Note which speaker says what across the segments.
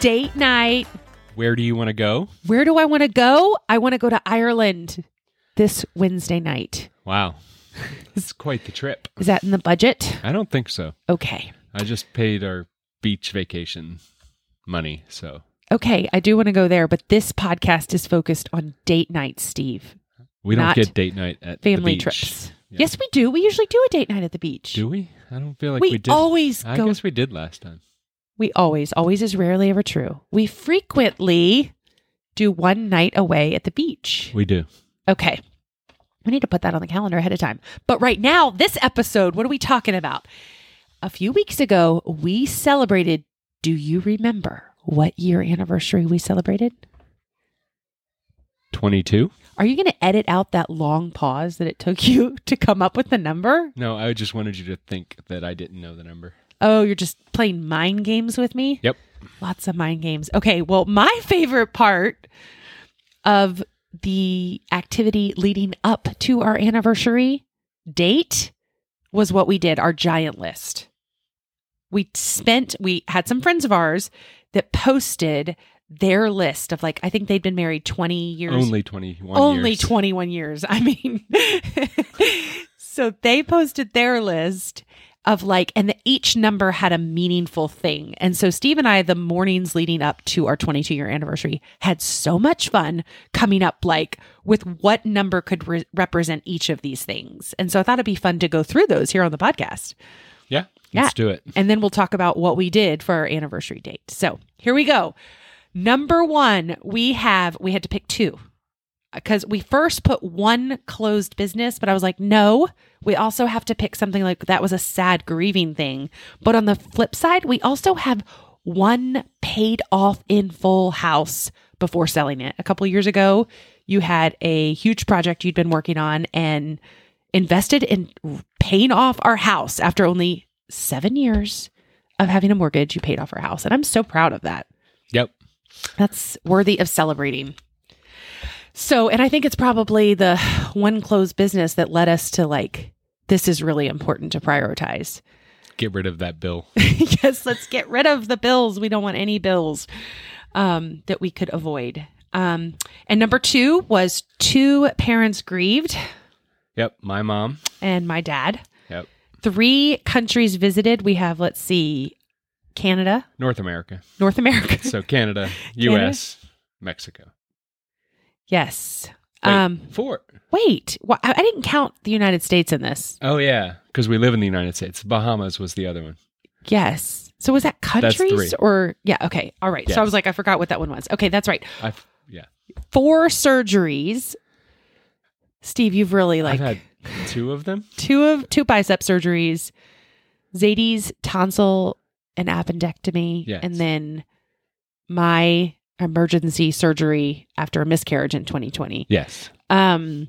Speaker 1: date night.
Speaker 2: Where do you want to go?
Speaker 1: Where do I want to go? I want to go to Ireland this Wednesday night.
Speaker 2: Wow. this is quite the trip.
Speaker 1: Is that in the budget?
Speaker 2: I don't think so.
Speaker 1: Okay.
Speaker 2: I just paid our beach vacation money. So
Speaker 1: Okay, I do want to go there, but this podcast is focused on date night, Steve.
Speaker 2: we don't
Speaker 1: Not
Speaker 2: get date night at the
Speaker 1: Family
Speaker 2: beach.
Speaker 1: trips.
Speaker 2: Yeah.
Speaker 1: Yes, we do. We usually do a date night at the beach.
Speaker 2: Do we? I don't feel like we,
Speaker 1: we
Speaker 2: did.
Speaker 1: always
Speaker 2: I
Speaker 1: go.
Speaker 2: guess we did last time.
Speaker 1: we always, always is rarely ever true. We frequently do one night away at the beach.
Speaker 2: We do.
Speaker 1: Okay. We need to put that on the calendar ahead of time. But right now, this episode, what are we talking about? A few weeks ago, we celebrated. Do you remember what year anniversary we celebrated?
Speaker 2: 22?
Speaker 1: Are you going to edit out that long pause that it took you to come up with the number?
Speaker 2: No, I just wanted you to think that I didn't know the number.
Speaker 1: Oh, you're just playing mind games with me?
Speaker 2: Yep.
Speaker 1: Lots of mind games. Okay, well, my favorite part of the activity leading up to our anniversary date was what we did, our giant list. We spent, we had some friends of ours that posted their list of like, I think they'd been married 20 years.
Speaker 2: Only 21
Speaker 1: only
Speaker 2: years.
Speaker 1: 21 years. I mean, so they posted their list of like, and the, each number had a meaningful thing. And so Steve and I, the mornings leading up to our 22 year anniversary, had so much fun coming up like with what number could re- represent each of these things. And so I thought it'd be fun to go through those here on the podcast.
Speaker 2: Yeah.
Speaker 1: Yeah.
Speaker 2: Let's do it.
Speaker 1: And then we'll talk about what we did for our anniversary date. So here we go. Number one, we have, we had to pick two because we first put one closed business, but I was like, no, we also have to pick something like that was a sad, grieving thing. But on the flip side, we also have one paid off in full house before selling it. A couple years ago, you had a huge project you'd been working on and invested in paying off our house after only seven years of having a mortgage. You paid off our house, and I'm so proud of that.
Speaker 2: Yep.
Speaker 1: That's worthy of celebrating. So, and I think it's probably the one closed business that led us to like, this is really important to prioritize.
Speaker 2: Get rid of that bill.
Speaker 1: yes, let's get rid of the bills. We don't want any bills um, that we could avoid. Um, and number two was two parents grieved
Speaker 2: Yep. My mom.
Speaker 1: and my dad.
Speaker 2: Yep.
Speaker 1: Three countries visited. We have, let's see, Canada,
Speaker 2: North America.
Speaker 1: North America.
Speaker 2: So Canada, US, Mexico.
Speaker 1: yes.
Speaker 2: Wait,
Speaker 1: um,
Speaker 2: four.
Speaker 1: wait, wh- I I didn't count the United States in this.
Speaker 2: Oh yeah, because we live in the United States. Bahamas was the other one.
Speaker 1: Yes. So was that countries
Speaker 2: three.
Speaker 1: or yeah? Okay. All right. So I
Speaker 2: Yes.
Speaker 1: was like, I forgot what that one was. Okay, that's right.
Speaker 2: I have yeah,
Speaker 1: Four surgeries. Steve, you've really like
Speaker 2: I've had two of them.
Speaker 1: two of two bicep surgeries, Zadie's tonsil and appendectomy,
Speaker 2: Yes.
Speaker 1: and then my emergency surgery after a miscarriage in 2020.
Speaker 2: Yes,
Speaker 1: Um,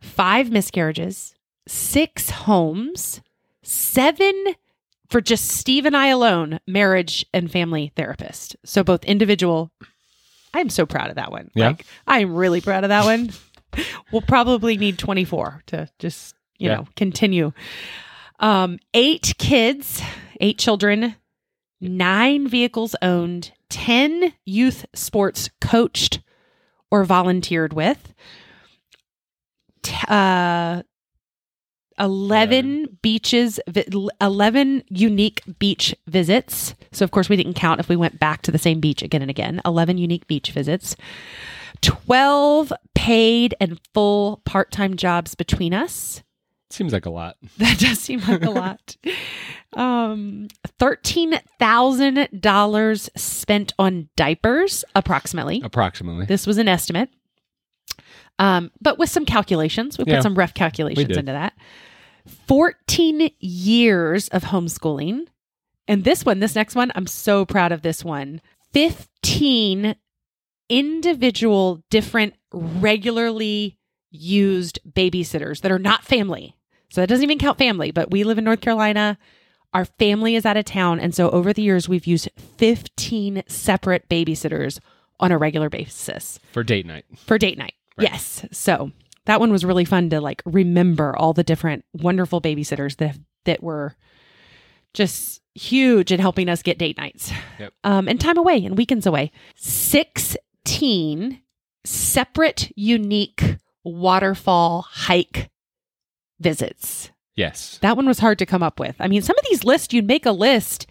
Speaker 1: five miscarriages, six homes, seven for just Steve and I alone, marriage and family therapist. So both individual. I'm so proud of that one.
Speaker 2: Yeah.
Speaker 1: Like, I'm really proud of that one. we'll probably need 24 to just, you
Speaker 2: Yeah.
Speaker 1: know, continue. Um, eight kids, eight children, nine vehicles owned, 10 youth sports coached or volunteered with, t- uh, 11 beaches, vi- l- 11 unique beach visits. So, of course, we didn't count if we went back to the same beach again and again. 11 unique beach visits, 12 paid and full part time jobs between us.
Speaker 2: seems like a lot.
Speaker 1: That does seem like a lot. Um, $13,000 spent on diapers, approximately.
Speaker 2: Approximately.
Speaker 1: This was an estimate. Um, but with some calculations, we
Speaker 2: Yeah.
Speaker 1: put some rough
Speaker 2: We
Speaker 1: calculations
Speaker 2: did.
Speaker 1: into that. 14 years of homeschooling. And this one, this next one, I'm so proud of this one. 15 individual, different, regularly used babysitters that are not family. So that doesn't even count family, but we live in North Carolina. Our family is out of town. And so over the years, we've used 15 separate babysitters on a regular basis
Speaker 2: for date night.
Speaker 1: for date night.
Speaker 2: Right.
Speaker 1: Yes. So that one was really fun to like remember all the different wonderful babysitters that that were just huge in helping us get date nights
Speaker 2: Yep.
Speaker 1: um, and time away and weekends away. 16 separate, unique waterfall hike visits.
Speaker 2: Yes.
Speaker 1: That one was hard to come up with. I mean, some of these lists, you'd make a list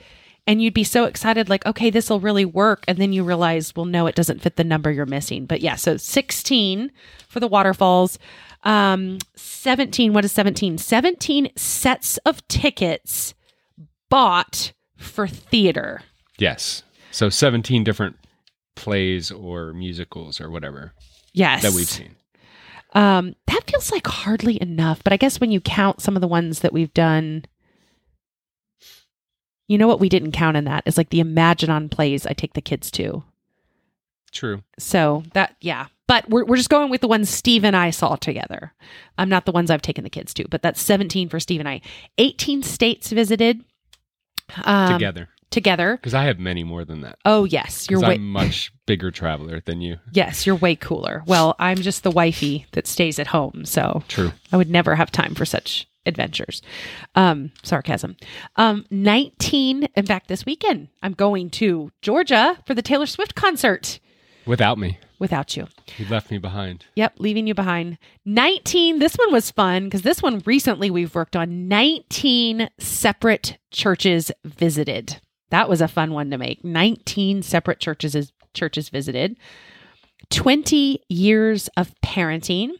Speaker 1: and you'd be so excited, like, okay, this will really work. And then you realize, well, no, it doesn't fit the number you're missing. But yeah, so 16 for the waterfalls. Um, 17, what is 17? 17 sets of tickets bought for theater.
Speaker 2: Yes. So 17 different plays or musicals or whatever
Speaker 1: Yes.
Speaker 2: that we've seen.
Speaker 1: Um, that feels like hardly enough, but I guess when you count some of the ones that we've done, you know what we didn't count in that is like the Imagine on plays I take the kids to.
Speaker 2: True.
Speaker 1: So that yeah, but we're we're just going with the ones Steve and I saw together. I'm um, not the ones I've taken the kids to, but that's 17 for Steve and I. 18 states visited um,
Speaker 2: Together.
Speaker 1: Together.
Speaker 2: Because I have many more than that.
Speaker 1: Oh yes, you're
Speaker 2: Because
Speaker 1: way
Speaker 2: I'm much bigger traveler than you.
Speaker 1: yes you're way cooler. Well, I'm just the wifey that stays at home, so.
Speaker 2: True.
Speaker 1: I would never have time for such adventures. Um, sarcasm. Um, 19, in fact, this weekend, I'm going to Georgia for the Taylor Swift concert
Speaker 2: Without me.
Speaker 1: without you.
Speaker 2: You left me behind.
Speaker 1: Yep, leaving you behind. 19, this one was fun because this one recently we've worked on 19 separate churches visited. That was a fun one to make. 19 separate churches is churches visited. 20 years of parenting.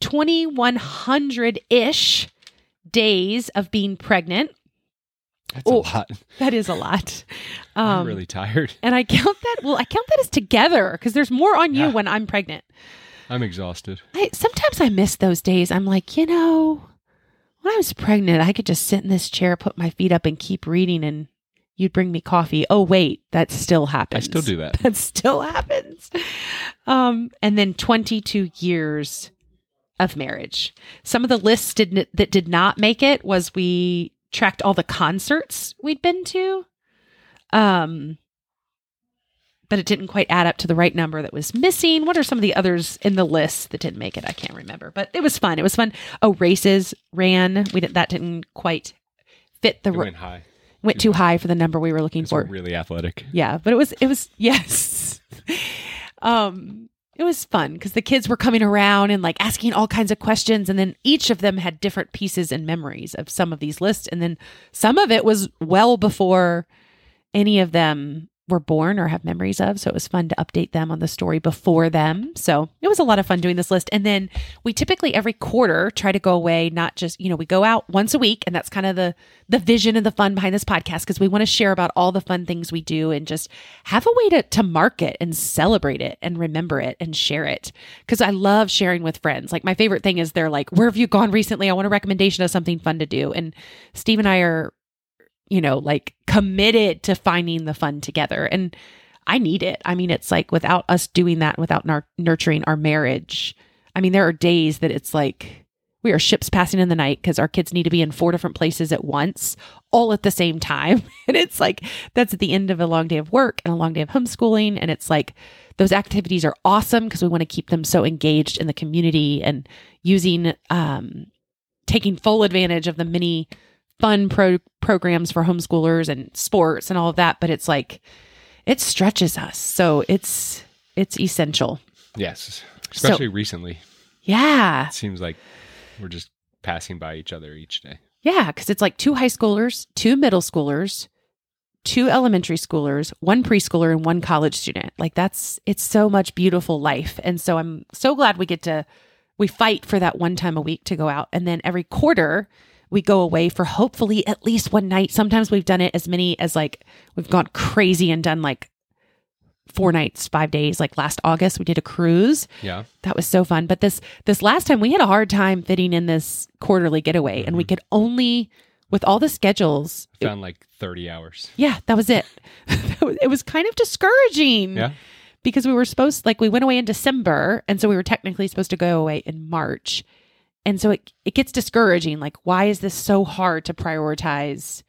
Speaker 1: 2100-ish days of being pregnant.
Speaker 2: That's
Speaker 1: Oh.
Speaker 2: a lot.
Speaker 1: That is a lot. Um,
Speaker 2: I'm really tired.
Speaker 1: and I count that well, I count that as together because there's more on you
Speaker 2: Yeah.
Speaker 1: when I'm pregnant.
Speaker 2: I'm exhausted.
Speaker 1: I sometimes I miss those days. I'm like, you know, when I was pregnant, I could just sit in this chair, put my feet up, and keep reading, and you'd bring me coffee. Oh wait, that still
Speaker 2: I
Speaker 1: happens.
Speaker 2: still do that.
Speaker 1: That still happens. Um, and then 22 years of marriage. Some of the lists didn't that did not make it was we tracked all the concerts we'd been to. Um but it didn't quite add up to the right number that was missing. What are some of the others in the list that didn't make it? I can't remember, but it was fun. It was fun. Oh, races ran. We did that didn't quite fit the
Speaker 2: It
Speaker 1: ra- went,
Speaker 2: went high.
Speaker 1: too high for the number we were looking
Speaker 2: Because we're
Speaker 1: for.
Speaker 2: really athletic.
Speaker 1: Yeah, but it was it was yes. um it was fun because the kids were coming around and like asking all kinds of questions and then each of them had different pieces and memories of some of these lists and then some of it was well before any of them were born or have memories of so it was fun to update them on the story before them so it was a lot of fun doing this list and then we typically every quarter try to go away not just you know we go out once a week and that's kind of the the vision and the fun behind this podcast because we want to share about all the fun things we do and just have a way to to mark it and celebrate it and remember it and share it because i love sharing with friends like my favorite thing is they're like where have you gone recently i want a recommendation of something fun to do and steve and i are you know like committed to finding the fun together and i need it i mean it's like without us doing that without nar- nurturing our marriage i mean there are days that it's like we are ships passing in the night because our kids need to be in four different places at once, all at the same time. And it's like, that's at the end of a long day of work and a long day of homeschooling. And it's like, those activities are awesome because we want to keep them so engaged in the community and using, um, taking full advantage of the many fun pro- programs for homeschoolers and sports and all of that. But it's like, it stretches us. So it's, it's essential.
Speaker 2: Yes. Especially recently.
Speaker 1: Yeah.
Speaker 2: It seems like we're just passing by each other each day.
Speaker 1: Yeah, because it's like two high schoolers, two middle schoolers, two elementary schoolers, one preschooler, and one college student. Like that's it's so much beautiful life. And so I'm so glad we get to we fight for that one time a week to go out. And then every quarter we go away for hopefully at least one night. Sometimes we've done it as many as like we've gone crazy and done like four nights, five days. Like last August we did a cruise
Speaker 2: Yeah.
Speaker 1: that was so fun. But this this last time we had a hard time fitting in this quarterly getaway, and we could only with all the schedules.
Speaker 2: I found like 30 hours.
Speaker 1: yeah, that was it. That was- it was kind of discouraging
Speaker 2: Yeah.
Speaker 1: because we were supposed like we went away in December, and so we were technically supposed to go away in March, and so it it gets discouraging. Like, why is this so hard to prioritize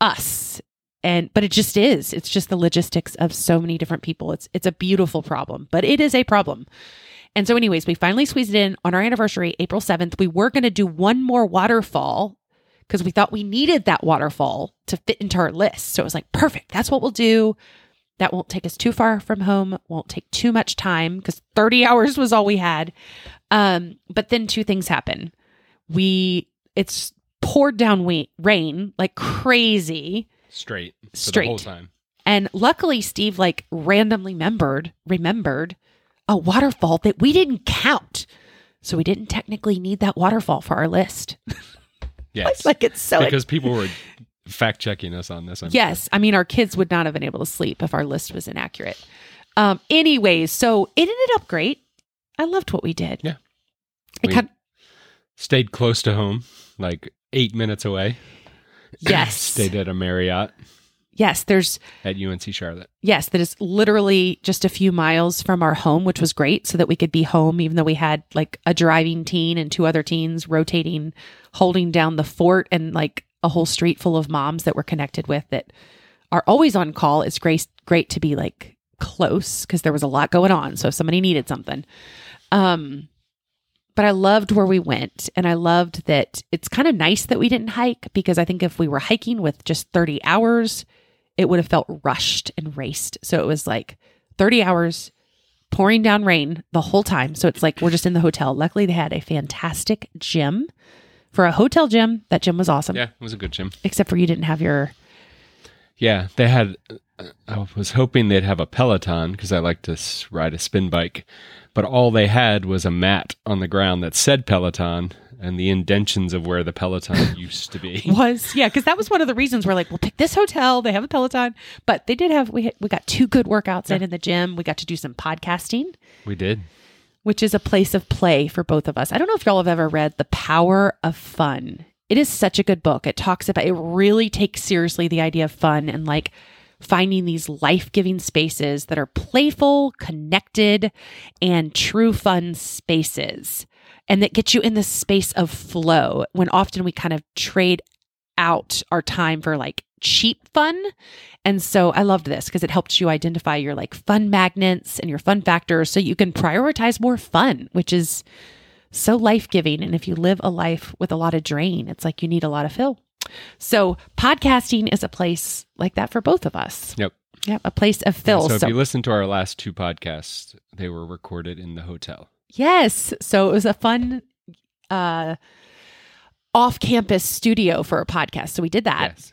Speaker 1: us? And but it just is. It's just the logistics of so many different people. It's it's a beautiful problem, but it is a problem. And so, anyways, we finally squeezed it in on our anniversary, April 7th. We were going to do one more waterfall because we thought we needed that waterfall to fit into our list. So it was like, perfect. That's what we'll do. That won't take us too far from home, won't take too much time because 30 hours was all we had. Um, but then two things happen. We, it's poured down we- rain like crazy.
Speaker 2: Straight. For
Speaker 1: Straight.
Speaker 2: The whole time.
Speaker 1: And luckily, Steve like randomly remembered remembered a waterfall that we didn't count, so we didn't technically need that waterfall for our list.
Speaker 2: Yes.
Speaker 1: like it's so
Speaker 2: because people were fact checking us on this. I'm sure.
Speaker 1: yes. I mean, our kids would not have been able to sleep if our list was inaccurate. Um. Anyways, so it ended up great. I loved what we did.
Speaker 2: Yeah.
Speaker 1: It
Speaker 2: We-
Speaker 1: kind-
Speaker 2: Stayed close to home, like eight minutes away.
Speaker 1: yes.
Speaker 2: Stayed at a Marriott
Speaker 1: Yes. There's
Speaker 2: at UNC Charlotte.
Speaker 1: Yes, that is literally just a few miles from our home, which was great so that we could be home, even though we had like a driving teen and two other teens rotating, holding down the fort and like a whole street full of moms that we're connected with that are always on call. It's great, great to be like close because there was a lot going on. So if somebody needed something. Um, but I loved where we went and I loved that it's kind of nice that we didn't hike because I think if we were hiking with just 30 hours, it would have felt rushed and raced. So it was like 30 hours pouring down rain the whole time. So it's like we're just in the hotel. Luckily, they had a fantastic gym for a hotel gym. That gym was awesome,
Speaker 2: Yeah, it was a good gym.
Speaker 1: except for you didn't have your.
Speaker 2: Yeah, they had. I was hoping they'd have a Peloton because I like to s- ride a spin bike, but all they had was a mat on the ground that said Peloton and the indentions of where the Peloton used to be.
Speaker 1: Was yeah, because that was one of the reasons we're like, we'll pick this hotel. They have a Peloton, but they did have we had, we got two good workouts in in the gym. We got to do some podcasting,
Speaker 2: We did.
Speaker 1: which is a place of play for both of us. I don't know if y'all have ever read The Power of Fun. It is such a good book. It talks about, it really takes seriously the idea of fun and like finding these life giving spaces that are playful, connected, and true fun spaces. And that get you in the space of flow when often we kind of trade out our time for like cheap fun. And so I loved this because it helps you identify your like fun magnets and your fun factors so you can prioritize more fun, which is so life giving. And if you live a life with a lot of drain, it's like you need a lot of fill. So podcasting is a place like that for both of us.
Speaker 2: Yep.
Speaker 1: Yep. A place of fill.
Speaker 2: so
Speaker 1: So,
Speaker 2: if you listen to our last two podcasts, they were recorded in the hotel.
Speaker 1: yes. So it was a fun, uh, off campus studio for a podcast. So we did that.
Speaker 2: yes.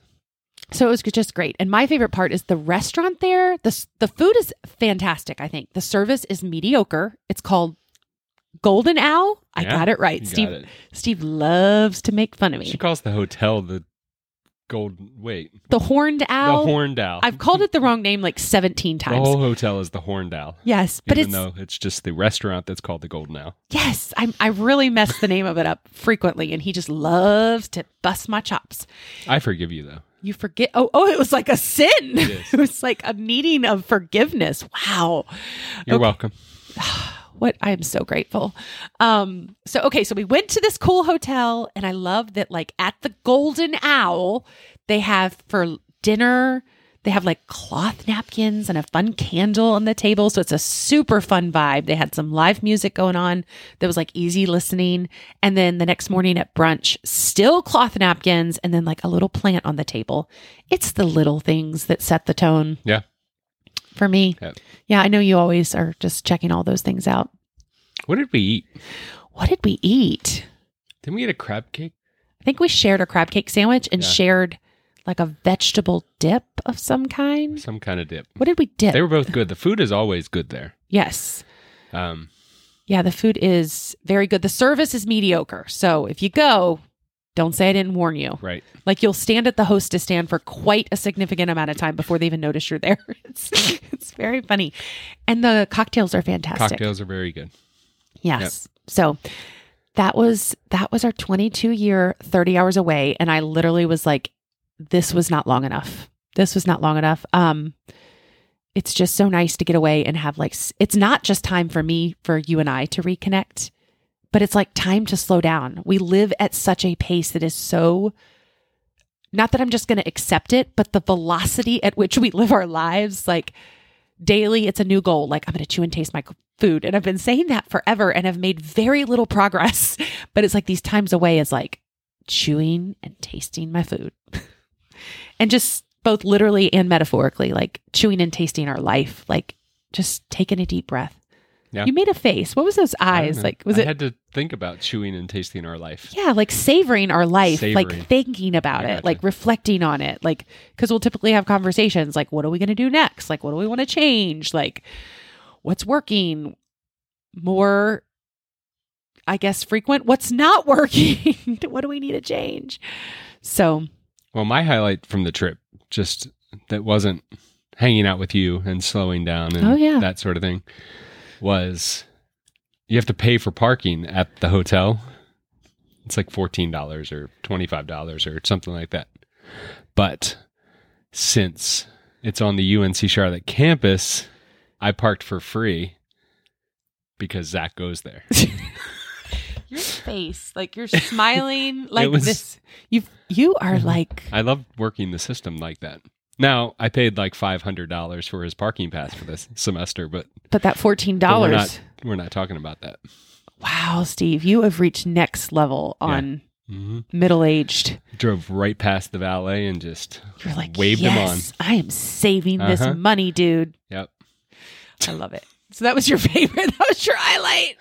Speaker 1: So it was just great. And my favorite part is the restaurant there. The s- the food is fantastic, I think. The service is mediocre. It's called Golden Owl. I
Speaker 2: Yeah,
Speaker 1: got it
Speaker 2: You
Speaker 1: right.
Speaker 2: got
Speaker 1: Steve
Speaker 2: it.
Speaker 1: Steve loves to make fun of
Speaker 2: She
Speaker 1: me.
Speaker 2: calls the hotel the Golden. Wait,
Speaker 1: The Horned Owl.
Speaker 2: the Horned Owl.
Speaker 1: I've called it the wrong name like 17
Speaker 2: the
Speaker 1: times.
Speaker 2: whole hotel is the Horned Owl,
Speaker 1: yes, but
Speaker 2: even
Speaker 1: it's
Speaker 2: though it's just the restaurant that's called the Golden Owl.
Speaker 1: Yes, I I really mess the name of it up frequently and he just loves to bust my chops.
Speaker 2: I forgive you though.
Speaker 1: You forget. Oh, oh, it was like a sin.
Speaker 2: Yes.
Speaker 1: it was like a meeting of forgiveness. Wow.
Speaker 2: You're
Speaker 1: Okay.
Speaker 2: welcome.
Speaker 1: what I am so grateful. Um, so okay, so we went to this cool hotel, and I love that like at the Golden Owl, they have for dinner, they have like cloth napkins and a fun candle on the table. So it's a super fun vibe. They had some live music going on that was like easy listening. And then the next morning at brunch, still cloth napkins and then like a little plant on the table. It's the little things that set the tone.
Speaker 2: Yeah.
Speaker 1: For me.
Speaker 2: Yep.
Speaker 1: Yeah, I know you always are just checking all those things out.
Speaker 2: What did we eat?
Speaker 1: What did we eat?
Speaker 2: Didn't we get a crab cake?
Speaker 1: I think we shared a crab cake sandwich and
Speaker 2: Yeah.
Speaker 1: shared like a vegetable dip of some kind.
Speaker 2: Some kind of dip.
Speaker 1: What did we dip?
Speaker 2: They were both good. The food is always good there.
Speaker 1: yes.
Speaker 2: Um,
Speaker 1: Yeah, the food is very good. The service is mediocre. So if you go, don't say I didn't warn you.
Speaker 2: right.
Speaker 1: Like you'll stand at the hostess stand for quite a significant amount of time before they even notice you're there. It's, it's very funny. And the cocktails are fantastic.
Speaker 2: Cocktails are very good.
Speaker 1: Yes. So that was that was our 22 year 30 hours away and I literally was like this was not long enough. This was not long enough. Um it's just so nice to get away and have like s- it's not just time for me for you and I to reconnect, but it's like time to slow down. We live at such a pace that is so not that I'm just going to accept it, but the velocity at which we live our lives like daily it's a new goal like i'm going to chew and taste my food and i've been saying that forever and i've made very little progress but it's like these times away is like chewing and tasting my food. and just both literally and metaphorically, like chewing and tasting our life, like just taking a deep breath.
Speaker 2: Yeah.
Speaker 1: You made a face. What was those
Speaker 2: I don't
Speaker 1: eyes?
Speaker 2: know.
Speaker 1: Like was
Speaker 2: I
Speaker 1: it
Speaker 2: had to think about chewing and tasting our life.
Speaker 1: yeah, like savoring our life,
Speaker 2: Savoring.
Speaker 1: like thinking about
Speaker 2: I
Speaker 1: it,
Speaker 2: gotcha.
Speaker 1: like reflecting on it, like because we'll typically have conversations like, what are we going to do next? Like, what do we want to change? Like, what's working? More, I guess, frequent. What's not working? what do we need to change? So,
Speaker 2: Well, my highlight from the trip just that wasn't hanging out with you and slowing down and
Speaker 1: Oh, yeah.
Speaker 2: that sort of thing was you have to pay for parking at the hotel. It's like $14 or $25 or something like that. But since it's on the UNC Charlotte campus, I parked for free because Zach goes there.
Speaker 1: your face, like you're smiling, like
Speaker 2: was- Mm-hmm.
Speaker 1: this. You you are like
Speaker 2: I love working the system like that. Now, I paid like $500 for his parking pass for this semester, but
Speaker 1: But that fourteen
Speaker 2: But We're
Speaker 1: dollars,
Speaker 2: not, we're not talking about that.
Speaker 1: wow, Steve, you have reached next level
Speaker 2: Yeah.
Speaker 1: on
Speaker 2: hmm
Speaker 1: middle aged.
Speaker 2: Drove right past the valet and just
Speaker 1: You're like,
Speaker 2: waved him on.
Speaker 1: yes, I am saving
Speaker 2: Uh-huh.
Speaker 1: this money, dude.
Speaker 2: Yep.
Speaker 1: I love it. So that was your favorite. That was your highlight.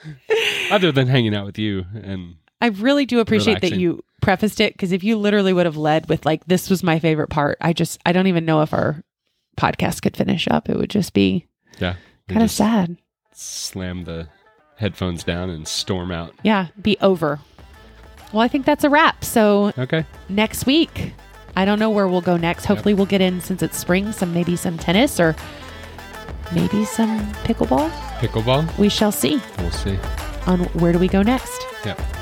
Speaker 2: Other than hanging out with you and
Speaker 1: I really do appreciate that
Speaker 2: Relaxing.
Speaker 1: you prefaced it because if you literally would have led with like, this was my favorite part, I just, I don't even know if our podcast could finish up. It would just be
Speaker 2: yeah, we
Speaker 1: kind of
Speaker 2: just
Speaker 1: sad.
Speaker 2: Slam the headphones down and storm out.
Speaker 1: Yeah, be over. Well, I think that's a wrap. So
Speaker 2: Okay.
Speaker 1: next week. I don't know where we'll go next. Hopefully, we'll get in since it's spring, some maybe some tennis or maybe some pickleball.
Speaker 2: Pickleball.
Speaker 1: We shall see
Speaker 2: We'll see.
Speaker 1: on where do we go next.
Speaker 2: Yep.